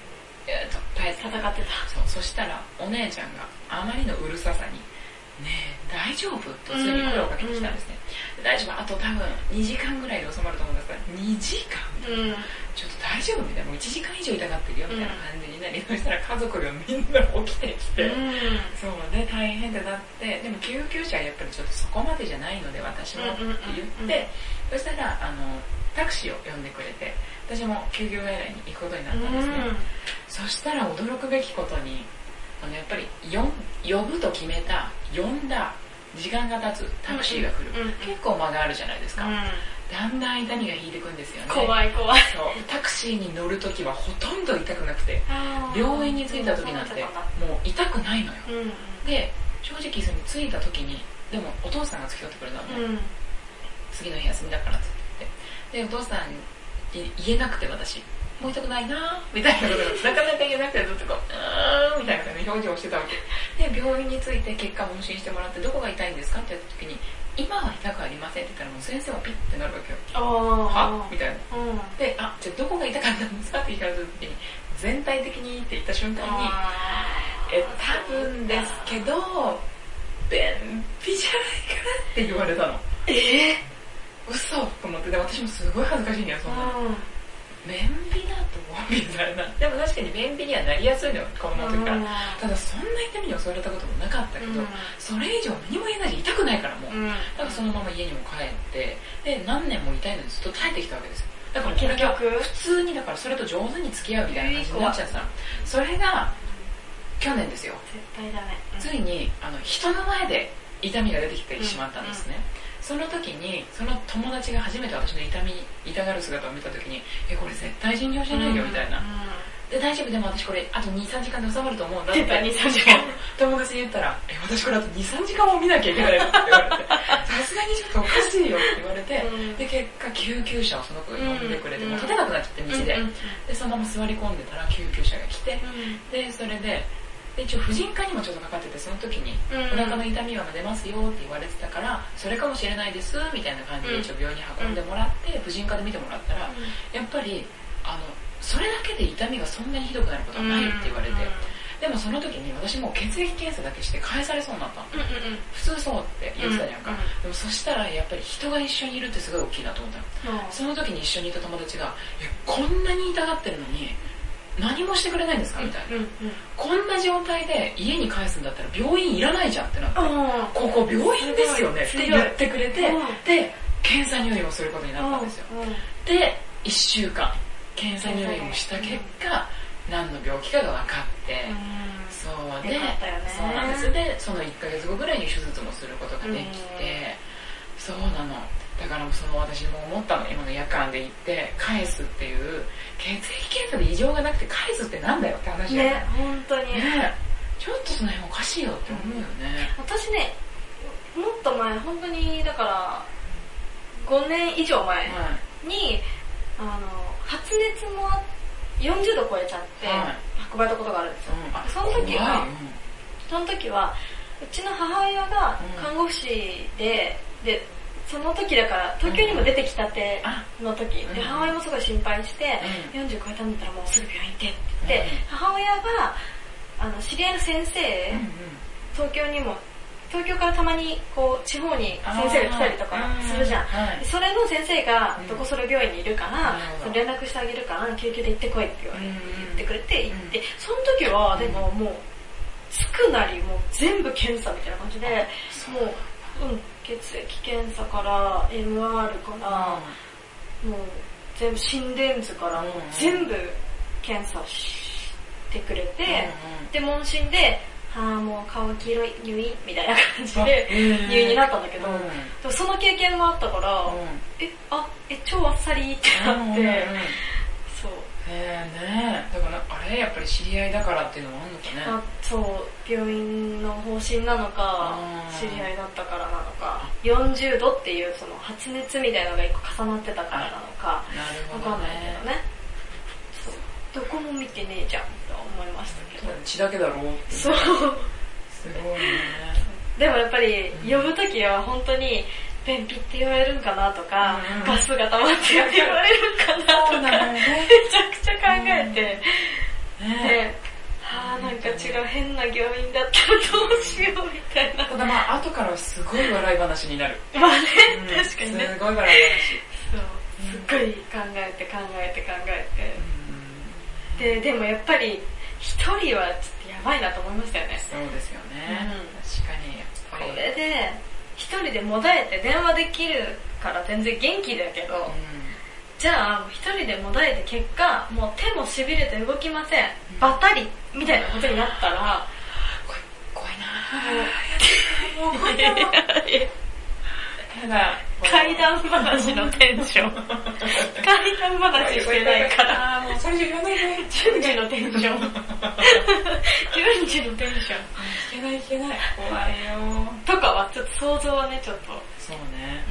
[SPEAKER 2] ギューッと耐えて
[SPEAKER 1] 戦ってた。
[SPEAKER 2] そうそしたらお姉ちゃんがあまりのうるささに「ねえ大丈夫?」とついに声をかけてきたんですね、大丈夫あと多分2時間ぐらいで収まると思うんですから2時間
[SPEAKER 1] うん。
[SPEAKER 2] ちょっと大丈夫みたいな、もう1時間以上痛がってるよみたいな感じになり、そしたら家族がみんな起きてきて、
[SPEAKER 1] うん。
[SPEAKER 2] そうね、大変ってなって、でも救急車はやっぱりちょっとそこまでじゃないので私もって言って、
[SPEAKER 1] うんうんうんうん
[SPEAKER 2] そしたら、あの、タクシーを呼んでくれて、私も休業外来に行くことになったんですね。そしたら驚くべきことに、あのやっぱり呼呼ぶと決めた、呼んだ、時間が経つ、タクシーが来る。
[SPEAKER 1] うんうん
[SPEAKER 2] 結構間があるじゃないですか。
[SPEAKER 1] う
[SPEAKER 2] だんだん痛みが引いてくんですよね。
[SPEAKER 1] ん、怖い怖い。
[SPEAKER 2] そうタクシーに乗るときはほとんど痛くなくて、病院に着いたときなんて、もう痛くないのよ。
[SPEAKER 1] うん。うん。
[SPEAKER 2] で、正直その着いたときに、でもお父さんが付き添ってくれたのね。
[SPEAKER 1] うん。
[SPEAKER 2] 次の日休みだからって言って。で、お父さんに言えなくて私、もう痛くないなぁ、みたいなことが、なかなか言えなくてずっとこう、うーん、みたいな感じの表情をしてたわけ。で、病院について結果を問診してもらって、どこが痛いんですかって言ったときに、今は痛くありませんって言ったらもう先生もピッてなるわけよ。
[SPEAKER 1] あ
[SPEAKER 2] は
[SPEAKER 1] あ。
[SPEAKER 2] みたいな。
[SPEAKER 1] うん。
[SPEAKER 2] で、あ、じゃあどこが痛かったんですかって聞かれた時に、全体的にって言った瞬間に、え、多分ですけど、便秘じゃないかなって言われたの。
[SPEAKER 1] ど。え
[SPEAKER 2] 嘘と思って、で私もすごい恥ずかしいんだよ、そんなの。
[SPEAKER 1] うん。
[SPEAKER 2] 便秘だとみたいな。 でも確かに便秘にはなりやすいのよ、この時から。ただそんな痛みに襲われたこともなかったけど、それ以上何も言えないし痛くないからもう。
[SPEAKER 1] うん。
[SPEAKER 2] だからそのまま家にも帰って、で、何年も痛いのにずっと耐えてきたわけですよ。だからこれ
[SPEAKER 1] 結
[SPEAKER 2] が
[SPEAKER 1] 局、
[SPEAKER 2] 普通にだからそれと上手に付き合うみたいな感じになっちゃってたのそれが去年ですよ
[SPEAKER 1] 絶対だね。
[SPEAKER 2] ついにあの人の前で痛みが出てきてしまったんですね、その時にその友達が初めて私の痛み痛がる姿を見た時にえこれ絶対診療じゃないよみたいな、で大丈夫でも私これあと23時間で収まると思うんだって
[SPEAKER 1] 絶対2、3時間。
[SPEAKER 2] 友達に言ったらえ私これあと23時間も見なきゃいけないのって言われてさすがにちょっとおかしいよって言われてで結果救急車をその子が呼んでくれて、
[SPEAKER 1] うん
[SPEAKER 2] もう立てなくなっちゃって道で、で、そのまま座り込んでたら救急車が来て、で、それで、で一応婦人科にもちょっとかかってて、その時に、
[SPEAKER 1] うん
[SPEAKER 2] お腹の痛みは出ますよって言われてたから、それかもしれないです、みたいな感じで一応病院に運んでもらって、婦人科で見てもらったら、やっぱり、あの、それだけで痛みがそんなにひどくなることはないって言われて、でもその時に私もう血液検査だけして返されそうになったの。
[SPEAKER 1] うんうんうん。
[SPEAKER 2] 普通そうって言ってたじゃんか。でもそしたらやっぱり人が一緒にいるってすごい大きいなと思ったの。その時に一緒にいた友達が、え、こんなに痛がってるのに、何もしてくれないんですかみたいな。
[SPEAKER 1] うん
[SPEAKER 2] こんな状態で家に帰すんだったら病院いらないじゃんってなって、
[SPEAKER 1] うん。
[SPEAKER 2] ここ病院ですよねっ
[SPEAKER 1] すご
[SPEAKER 2] て
[SPEAKER 1] い
[SPEAKER 2] 言ってくれて
[SPEAKER 1] うん、
[SPEAKER 2] で、検査入院をすることになったんですよ。で、1週間、検査入院をした結果、何の病気かが分かって、そうで、
[SPEAKER 1] よかったよね
[SPEAKER 2] そうなんです。で、その1ヶ月後ぐらいに手術もすることができて、そうなの。だからもうその私も思ったの、今の夜間で行って、返すっていう、血液検査で異常がなくて返すってなんだよって話だよ
[SPEAKER 1] ね、本当に。
[SPEAKER 2] ねちょっとその辺おかしいよって思うよね。
[SPEAKER 1] 私ね、もっと前、本当に、だから、5年以上前
[SPEAKER 2] は
[SPEAKER 1] に、あの、発熱も40度超えちゃって、運ばれたことがあるんですよ。
[SPEAKER 2] い。
[SPEAKER 1] その時
[SPEAKER 2] は
[SPEAKER 1] は、
[SPEAKER 2] うん
[SPEAKER 1] その時は、うちの母親が看護婦士で、で、その時だから、東京にも出てきたて
[SPEAKER 2] あ、
[SPEAKER 1] の時、
[SPEAKER 2] うん
[SPEAKER 1] で、母親もすごい心配して、
[SPEAKER 2] う
[SPEAKER 1] 40超えたんだったらもうすぐ病院行ってって言って
[SPEAKER 2] うん、
[SPEAKER 1] 母親が、あの、知り合いの先生、
[SPEAKER 2] うんうん
[SPEAKER 1] 東京にも、東京からたまに、こう、地方に先生が来たりとか
[SPEAKER 2] あー
[SPEAKER 1] するじゃん。
[SPEAKER 2] はい。
[SPEAKER 1] それの先生が
[SPEAKER 2] うん
[SPEAKER 1] どこそれ病院にいるから
[SPEAKER 2] なるほ、ど
[SPEAKER 1] その連絡してあげるから、救急で行ってこいって言われて、言ってくれて行って、
[SPEAKER 2] う
[SPEAKER 1] その時はでももう、つくなりもう全部検査みたいな感じで、もう、うん、血液検査から、MR から、もう全部心電図から、もう全部検査してくれて、で、問診で、あーもう顔黄色い入院みたいな感じで入院になったんだけど、
[SPEAKER 2] うんうんうん
[SPEAKER 1] でもその経験もあったから、え、あ、え、超あっさりってなっ
[SPEAKER 2] うんうんうん
[SPEAKER 1] て、そう、
[SPEAKER 2] へーねだからあれやっぱり知り合いだからっていうのもあるのかね。
[SPEAKER 1] あそう、病院の方針なのか
[SPEAKER 2] あ、
[SPEAKER 1] 知
[SPEAKER 2] ー
[SPEAKER 1] り合いだったからなのか、40度っていうその発熱みたいなのが一個重なってたからなのか、
[SPEAKER 2] なる
[SPEAKER 1] わ
[SPEAKER 2] ほ
[SPEAKER 1] か
[SPEAKER 2] ど
[SPEAKER 1] んない
[SPEAKER 2] ね
[SPEAKER 1] け。どね。そう、どこも見てねえじゃんとは思いましたけど。
[SPEAKER 2] 血だけだろうって
[SPEAKER 1] そう。
[SPEAKER 2] すごいね。
[SPEAKER 1] でもやっぱり呼ぶときは本当に便秘って言われるんかなとか、
[SPEAKER 2] うん
[SPEAKER 1] ガスが溜まってるって言われるんかなと
[SPEAKER 2] そ
[SPEAKER 1] か、
[SPEAKER 2] うなの
[SPEAKER 1] め
[SPEAKER 2] ね
[SPEAKER 1] ちゃくちゃ考えて、
[SPEAKER 2] ね
[SPEAKER 1] で、はぁなんか違う変な病院だったらどうしようみたいな。
[SPEAKER 2] ただまあ後からはすごい笑い話になる。
[SPEAKER 1] まあね、
[SPEAKER 2] うん
[SPEAKER 1] 確かにね。
[SPEAKER 2] すごい笑い
[SPEAKER 1] そう、すっごい考えて考えて考えて。で、でもやっぱり一人はちょっとやばいなと思いましたよね。
[SPEAKER 2] 話。うんそうですよね
[SPEAKER 1] うん。
[SPEAKER 2] 確かにや
[SPEAKER 1] こ
[SPEAKER 2] っぱり。
[SPEAKER 1] れで、一人でもだえて電話できるから全然元気だけど、
[SPEAKER 2] う
[SPEAKER 1] じゃあ一人でもだえて結果もう手もしびれて動きませんバタリみたいなことになったら
[SPEAKER 2] 怖いな
[SPEAKER 1] もうこれは
[SPEAKER 2] ただ
[SPEAKER 1] 怪談話のテン ション怪談話してないから
[SPEAKER 2] あーもうそれじゃ言わない
[SPEAKER 1] 順
[SPEAKER 2] で
[SPEAKER 1] 次のテ ンション順次のテンション
[SPEAKER 2] 聞けない聞けない怖いよ
[SPEAKER 1] とかはちょっと想像はねちょっと、
[SPEAKER 2] そうね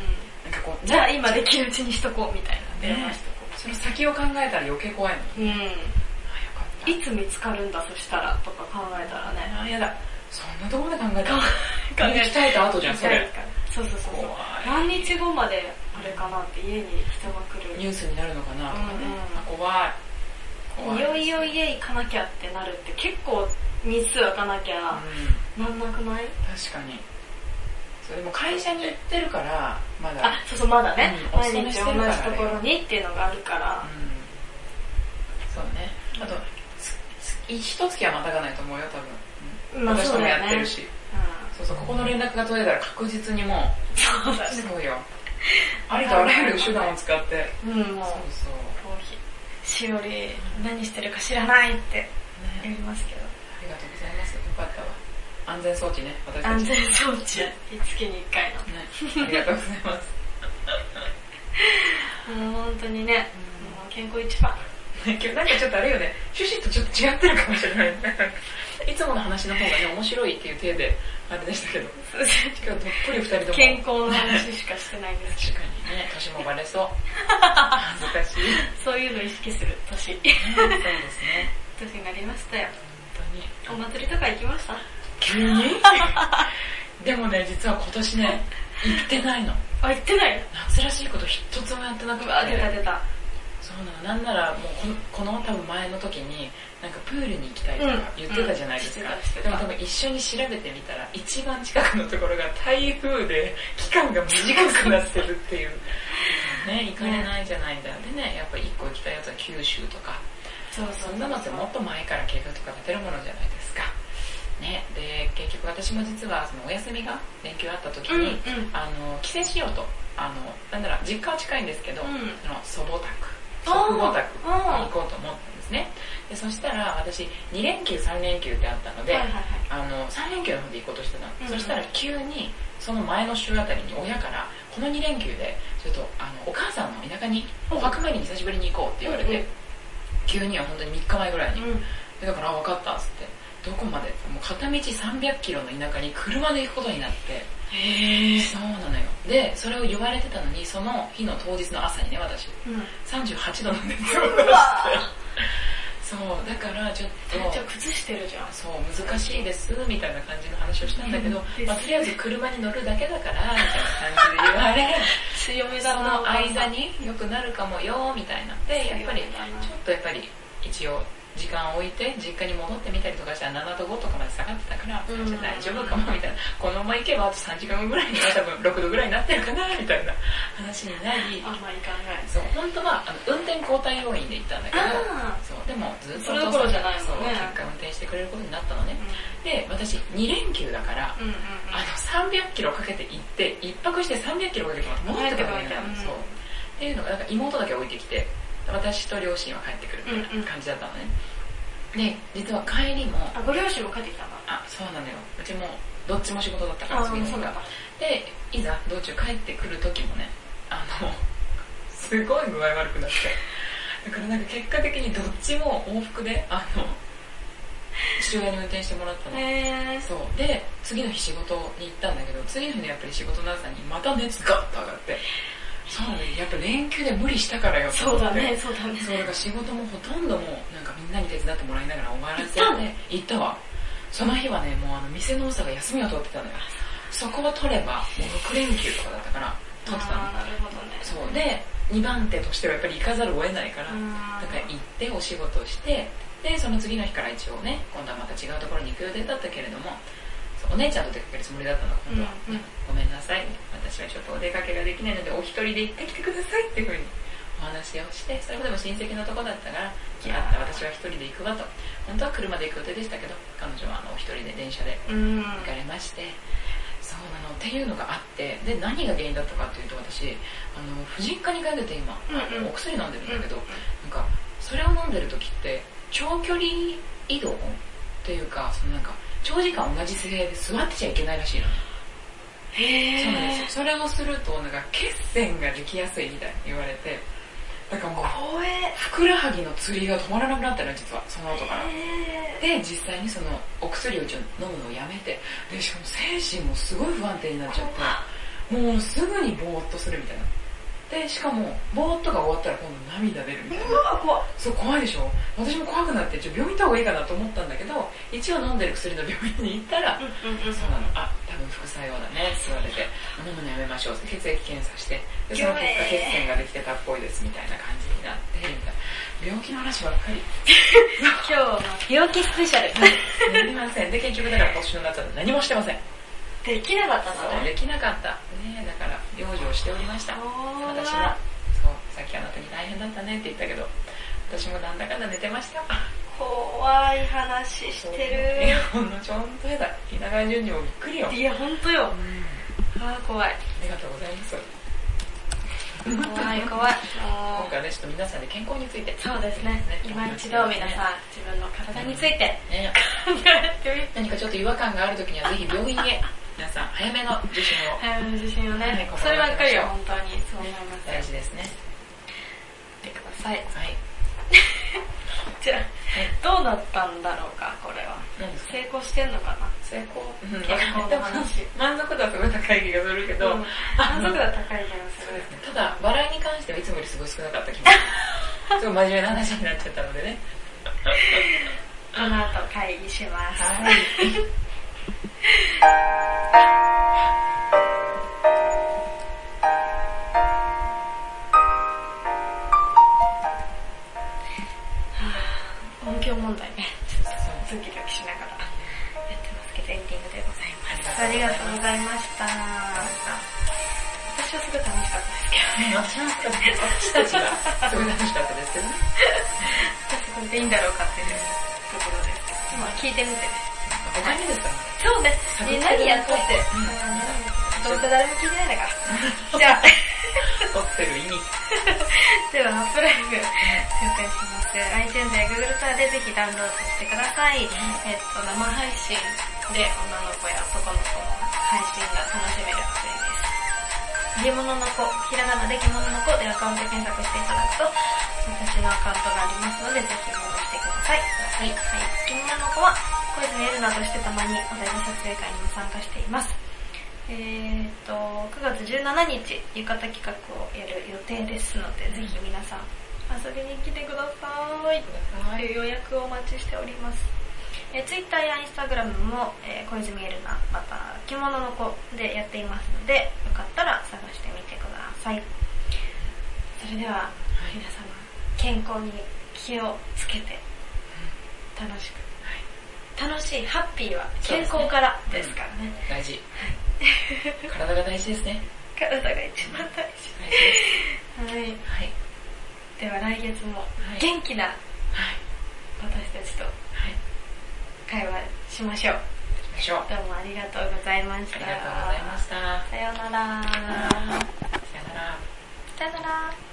[SPEAKER 1] う、
[SPEAKER 2] なんかこうん
[SPEAKER 1] じゃあ今できるうちにしとこうみたいな電話しとこ
[SPEAKER 2] その先を考えたら余計怖いの
[SPEAKER 1] う、う
[SPEAKER 2] あよかっ
[SPEAKER 1] ん
[SPEAKER 2] た
[SPEAKER 1] いつ見つかるんだそしたらとか考えたらね
[SPEAKER 2] あーやだそんなところで考え た
[SPEAKER 1] 考え
[SPEAKER 2] 考え鍛えた後じゃんそれ
[SPEAKER 1] そうそうそうそう
[SPEAKER 2] 怖い
[SPEAKER 1] 何日後まであれかなって家に人が来る
[SPEAKER 2] ニュースになるのかなとかね
[SPEAKER 1] うんうん
[SPEAKER 2] あ怖い怖
[SPEAKER 1] いよいよ家行かなきゃってなるって結構日数空かなき
[SPEAKER 2] うん
[SPEAKER 1] ゃなんなくない、
[SPEAKER 2] 確かにそれでも会社に行ってるからまだ
[SPEAKER 1] あそうそうまだね、
[SPEAKER 2] うん
[SPEAKER 1] 毎日同じところにっていうのがあるから、
[SPEAKER 2] うんそうねあとつつ一月はまたがないと思うよ多分、うん
[SPEAKER 1] まあ
[SPEAKER 2] 私
[SPEAKER 1] そ
[SPEAKER 2] と
[SPEAKER 1] う
[SPEAKER 2] も
[SPEAKER 1] だよね
[SPEAKER 2] やってるしそうそうここの連絡が取れたら確実にも
[SPEAKER 1] うん、そう
[SPEAKER 2] う
[SPEAKER 1] だね
[SPEAKER 2] そうよありとあらゆる手段を使って
[SPEAKER 1] うんも
[SPEAKER 2] そう
[SPEAKER 1] う
[SPEAKER 2] そう
[SPEAKER 1] コーヒーしおり何してるか知らないって言
[SPEAKER 2] ね
[SPEAKER 1] いますけど
[SPEAKER 2] ありがとうございますよかったわ安全装置ね私た
[SPEAKER 1] 安
[SPEAKER 2] ちね
[SPEAKER 1] 全装置月に1回の
[SPEAKER 2] ありがとうございます
[SPEAKER 1] もう本当にね、もう健康一番
[SPEAKER 2] 今日なんかちょっとあれよね、趣旨とちょっと違ってるかもしれない。いつもの話の方がね、面白いっていう体で、あれでしたけど、今日どっぷり二人とも。
[SPEAKER 1] 健康の話しかしてないんですけ
[SPEAKER 2] 確
[SPEAKER 1] ど
[SPEAKER 2] かにね、年もバレそう。恥ずかしい。
[SPEAKER 1] そういうの意識する年
[SPEAKER 2] そうですね。
[SPEAKER 1] 年になりましたよお
[SPEAKER 2] 本当に。
[SPEAKER 1] 祭りとか行きました
[SPEAKER 2] 急にでもね、実は今年ね、行ってないの。
[SPEAKER 1] あ行ってない
[SPEAKER 2] 夏らしいこと一つもやってなくて
[SPEAKER 1] う。わ出た出た
[SPEAKER 2] そうなの。なんならもうこの、この多分前の時に、なんかプールに行きたいとか言ってたじゃないですか。
[SPEAKER 1] うんうんしてたして
[SPEAKER 2] で
[SPEAKER 1] た
[SPEAKER 2] も多分一緒に調べてみたら、一番近くのところが台風で期間が短くなってるっていう。 ね、行かれないじゃないんだ。でね、やっぱ一個行きたいやつは九州とか、
[SPEAKER 1] そう
[SPEAKER 2] そんなのってもっと前から計画とか立てるものじゃないですか。ね、で、結局私も実はそのお休みが連休あった時
[SPEAKER 1] うんうん
[SPEAKER 2] に、あの、帰省しようと。あの、なんなら実家は近いんですけど、
[SPEAKER 1] うん
[SPEAKER 2] その祖母宅、祖
[SPEAKER 1] あー
[SPEAKER 2] 父母宅に行
[SPEAKER 1] あ
[SPEAKER 2] こうと思ったんですね。で、そしたら私、2連休、3連休ってあったの
[SPEAKER 1] ー
[SPEAKER 2] で、
[SPEAKER 1] はいはいはい
[SPEAKER 2] あの、3連休の方で行こうとしてたの。
[SPEAKER 1] うんうん
[SPEAKER 2] そしたら急に、その前の週あたりに親から、この2連休で、ちょっと、あの、お母さんの田舎に、
[SPEAKER 1] お
[SPEAKER 2] お墓参りに久しぶりに行こうって言われ
[SPEAKER 1] うんう
[SPEAKER 2] て
[SPEAKER 1] ん、
[SPEAKER 2] 急には本当に3日前ぐらいに、
[SPEAKER 1] うん
[SPEAKER 2] でだから、あ、分かったっつって、どこまでもう片道300キロの田舎に車で行くことになって、
[SPEAKER 1] へ
[SPEAKER 2] そうなのよ。で、それを言われてたのに、その日の当日の朝にね、私、
[SPEAKER 1] うん
[SPEAKER 2] 38度の熱を出
[SPEAKER 1] うわ
[SPEAKER 2] して。そう、だからちょっと、
[SPEAKER 1] じゃ崩してるじゃん
[SPEAKER 2] そう、難しいです、みたいな感じの話をしたんだけど
[SPEAKER 1] う、ん
[SPEAKER 2] まあ、とりあえず車に乗るだけだから、みたいな感じで言わ
[SPEAKER 1] 強
[SPEAKER 2] れ、
[SPEAKER 1] め
[SPEAKER 2] そ
[SPEAKER 1] だな
[SPEAKER 2] の間に良くなるかもよ、みたいな。で、やっぱ
[SPEAKER 1] 強
[SPEAKER 2] り、ち
[SPEAKER 1] いな
[SPEAKER 2] ょっとやっぱり、一応、時間を置いて、実家に戻ってみたりとかしたら7度5とかまで下がってたから、
[SPEAKER 1] うん
[SPEAKER 2] じゃあ大丈夫かも、みたいな。このまま行けば、あと3時間後ぐらいには多 分6度ぐらいになってるかな、みたいな話になり、
[SPEAKER 1] あんまり考えない
[SPEAKER 2] そう、本当は、あの、運転交代要員で行ったんだけど、
[SPEAKER 1] あ
[SPEAKER 2] そう、でもずっと
[SPEAKER 1] それどころじゃない
[SPEAKER 2] そ
[SPEAKER 1] も
[SPEAKER 2] うん
[SPEAKER 1] ね
[SPEAKER 2] 結果運転してくれることになったのね。
[SPEAKER 1] ー
[SPEAKER 2] で、私、2連休だから、
[SPEAKER 1] うんうんうん
[SPEAKER 2] あの、300キロかけて行って、1泊して300キロかけてまた戻ってこなきゃいけな
[SPEAKER 1] 帰って
[SPEAKER 2] い
[SPEAKER 1] こなきゃ
[SPEAKER 2] そう。っていうのが、なんか妹だけ置いてきて、私と両親は帰ってくるみたいな感じだったのね。で、実は帰りも、
[SPEAKER 1] あご両親も帰ってきたんだ
[SPEAKER 2] あ、そうなのよ。うちも、どっちも仕事だったから、次の日が。で、いざ道中帰ってくる時もね、あの、すごい具合悪くなって。だからなんか結果的にどっちも往復で、あの、父親に運転してもらったの。
[SPEAKER 1] へー
[SPEAKER 2] そう。で、次の日仕事に行ったんだけど、次の日のやっぱり仕事の朝にまた熱ガッと上がって。そうなのよやっぱ連休で無理したからよと
[SPEAKER 1] そう
[SPEAKER 2] 思って。
[SPEAKER 1] だねそうだね
[SPEAKER 2] そう、だから仕事もほとんどもう、なんかみんなに手伝ってもらいながら終わらせて
[SPEAKER 1] 行ったの、
[SPEAKER 2] 行ったわ。その日はね、もうあの、店の多さが休みを取ってたのよ。そこを取れば、もう6連休とかだったから、取ってたの
[SPEAKER 1] あ。ーなるほどね
[SPEAKER 2] そう。で、2番手としてはやっぱり行かざるを得ないから、
[SPEAKER 1] あ
[SPEAKER 2] だ
[SPEAKER 1] ー
[SPEAKER 2] から行ってお仕事をして、で、その次の日から一応ね、今度はまた違うところに行く予定だったけれども、そうお姉ちゃんと出かけるつもりだったの、今度は、
[SPEAKER 1] うんうん
[SPEAKER 2] ごめんなさい、私はちょっとお出かけができないので、お一人で行ってきてくださいっていうふうにお話をして、それもでも親戚のとこだったから、気があった私は一人で行くわと、本当は車で行く予定でしたけど、彼女はあのお一人で電車で
[SPEAKER 1] うん
[SPEAKER 2] 行かれまして、そうなのっていうのがあってで何が原因だったかっていうと私あの婦人科に通ってて今、
[SPEAKER 1] うんうん
[SPEAKER 2] お薬飲んでるんだけど、
[SPEAKER 1] うん
[SPEAKER 2] なんかそれを飲んでる時って長距離移動っていうかそのなんか長時間同じ姿勢で座ってちゃいけないらしいの、
[SPEAKER 1] へ
[SPEAKER 2] そうなんですよ
[SPEAKER 1] す
[SPEAKER 2] それをするとなんか血栓ができやすいみたいに言われてだからもう
[SPEAKER 1] 怖え
[SPEAKER 2] ふくらはぎの釣りが止まらなくなったの実はその後から
[SPEAKER 1] へ
[SPEAKER 2] で実際にそのお薬をちょっと飲むのをやめてでしかも精神もすごい不安定になっちゃ
[SPEAKER 1] 怖
[SPEAKER 2] っ
[SPEAKER 1] って
[SPEAKER 2] もうすぐにぼーっとするみたいな。で、しかも、ぼーっとが終わったら今度涙出るみたいな。
[SPEAKER 1] うわ怖っ
[SPEAKER 2] そう、怖いでしょ私も怖くなって、ちょっと病院行った方がいいかなと思ったんだけど、一応飲んでる薬の病院に行ったら、
[SPEAKER 1] うんうんうん
[SPEAKER 2] そうなの、あ、多分副作用だね、って言われて、飲むのやめましょう。血液検査して、で、その結果血栓ができてたっぽいです、みたいな感じになって、みたいな。病気の話ばっかり。
[SPEAKER 1] 今日は病気スペシャル
[SPEAKER 2] すみません。で、結局だから今年の夏は何もしてません。
[SPEAKER 1] できなかったのね
[SPEAKER 2] できなかった。ねだから、養生しておりました。私も
[SPEAKER 1] 怖
[SPEAKER 2] そうさっきあなたに大変だったねって言ったけど私もなんだかんだ寝てましたよ
[SPEAKER 1] 怖い話して
[SPEAKER 2] いやほんのちょんとやだ稲川淳二もびっくりよ、
[SPEAKER 1] るいや本当よあー怖い
[SPEAKER 2] ありがとうございます
[SPEAKER 1] 怖い怖いあ
[SPEAKER 2] 今
[SPEAKER 1] ー
[SPEAKER 2] 回はねちょっと皆さんで健康について
[SPEAKER 1] そうですね今一度皆さん自分の体について
[SPEAKER 2] ん、ね、
[SPEAKER 1] 考えてみて
[SPEAKER 2] 何かちょっと違和感がある時にはぜひ病院へ皆さん早めの受診を
[SPEAKER 1] 早めの受診を
[SPEAKER 2] は
[SPEAKER 1] ね
[SPEAKER 2] い
[SPEAKER 1] そればっかりよ本当にそう思います
[SPEAKER 2] 大
[SPEAKER 1] よ
[SPEAKER 2] 事ですね
[SPEAKER 1] ってください
[SPEAKER 2] はい
[SPEAKER 1] じゃあどうだったんだろうかこれは
[SPEAKER 2] 何ですか
[SPEAKER 1] 成功してんのかな
[SPEAKER 2] 成功うん
[SPEAKER 1] 健康の話
[SPEAKER 2] 満足度はすごい高い気がするけど、
[SPEAKER 1] うん
[SPEAKER 2] あ
[SPEAKER 1] 満
[SPEAKER 2] の
[SPEAKER 1] 足度は高い気がす
[SPEAKER 2] そう
[SPEAKER 1] る
[SPEAKER 2] ですね。ただ、笑いに関してはいつもよりすごい少なかった気がす る。すごい真面目な話になっちゃったのでね。
[SPEAKER 1] この後会議します
[SPEAKER 2] はい。
[SPEAKER 1] 音響問題ねちょっとドキドキしながらやってますけどエンディングでございますあ
[SPEAKER 2] あ
[SPEAKER 1] り
[SPEAKER 2] り
[SPEAKER 1] が
[SPEAKER 2] が
[SPEAKER 1] と
[SPEAKER 2] と
[SPEAKER 1] う
[SPEAKER 2] う
[SPEAKER 1] ご
[SPEAKER 2] ご
[SPEAKER 1] ざいました私はすごい楽しかったですけどね
[SPEAKER 2] ね私も私たちがすごい楽しかったですけどね。
[SPEAKER 1] これでいいんだろうかっていうところですけどまあ聞いてみてね
[SPEAKER 2] 5回目ですからね。
[SPEAKER 1] そうね
[SPEAKER 2] サブ
[SPEAKER 1] みん
[SPEAKER 2] ス
[SPEAKER 1] な
[SPEAKER 2] ク
[SPEAKER 1] に
[SPEAKER 2] で
[SPEAKER 1] やっとって
[SPEAKER 2] う
[SPEAKER 1] ど
[SPEAKER 2] ん
[SPEAKER 1] うせ誰も聞いてないんだ からじゃあ
[SPEAKER 2] 撮ってる意味。
[SPEAKER 1] では、アップライブ、紹介します。iTunes や Google ストアでぜひダウンロードしてください。えっと、生配信で女の子や男の子の配信が楽しめるアプリです。着物の子、ひらがなで着物の子でアカウント検索していただくと、私のアカウントがありますので、ぜひフォローしてください。はい。はい、みんなの子は、小泉エルナとしてたまにお台場撮影会にも参加しています。えー、と、9月17日、浴衣企画をやる予定ですので、ぜひ皆さん遊びに来てください。
[SPEAKER 2] はい。
[SPEAKER 1] 予約をお待ちしております。えー、Twitter や Instagram も、えー小泉エルナ、また、着物の子でやっていますので、よかったら探してみてください。それでは、皆様、健康に気をつけて、楽しく。楽しい、ハッピーは健康からですからね。
[SPEAKER 2] 大事。体が大事ですね。
[SPEAKER 1] 体が一番大事。
[SPEAKER 2] 大事です
[SPEAKER 1] はい。
[SPEAKER 2] はい。
[SPEAKER 1] では来月も
[SPEAKER 2] はい
[SPEAKER 1] 元気な
[SPEAKER 2] はい。
[SPEAKER 1] 私たちと
[SPEAKER 2] はい。
[SPEAKER 1] 会話しましょう。
[SPEAKER 2] 行きましょう。あ
[SPEAKER 1] どうもありがとうございました。
[SPEAKER 2] りがとうございました。
[SPEAKER 1] さようなら。
[SPEAKER 2] さよなら。
[SPEAKER 1] さようなら。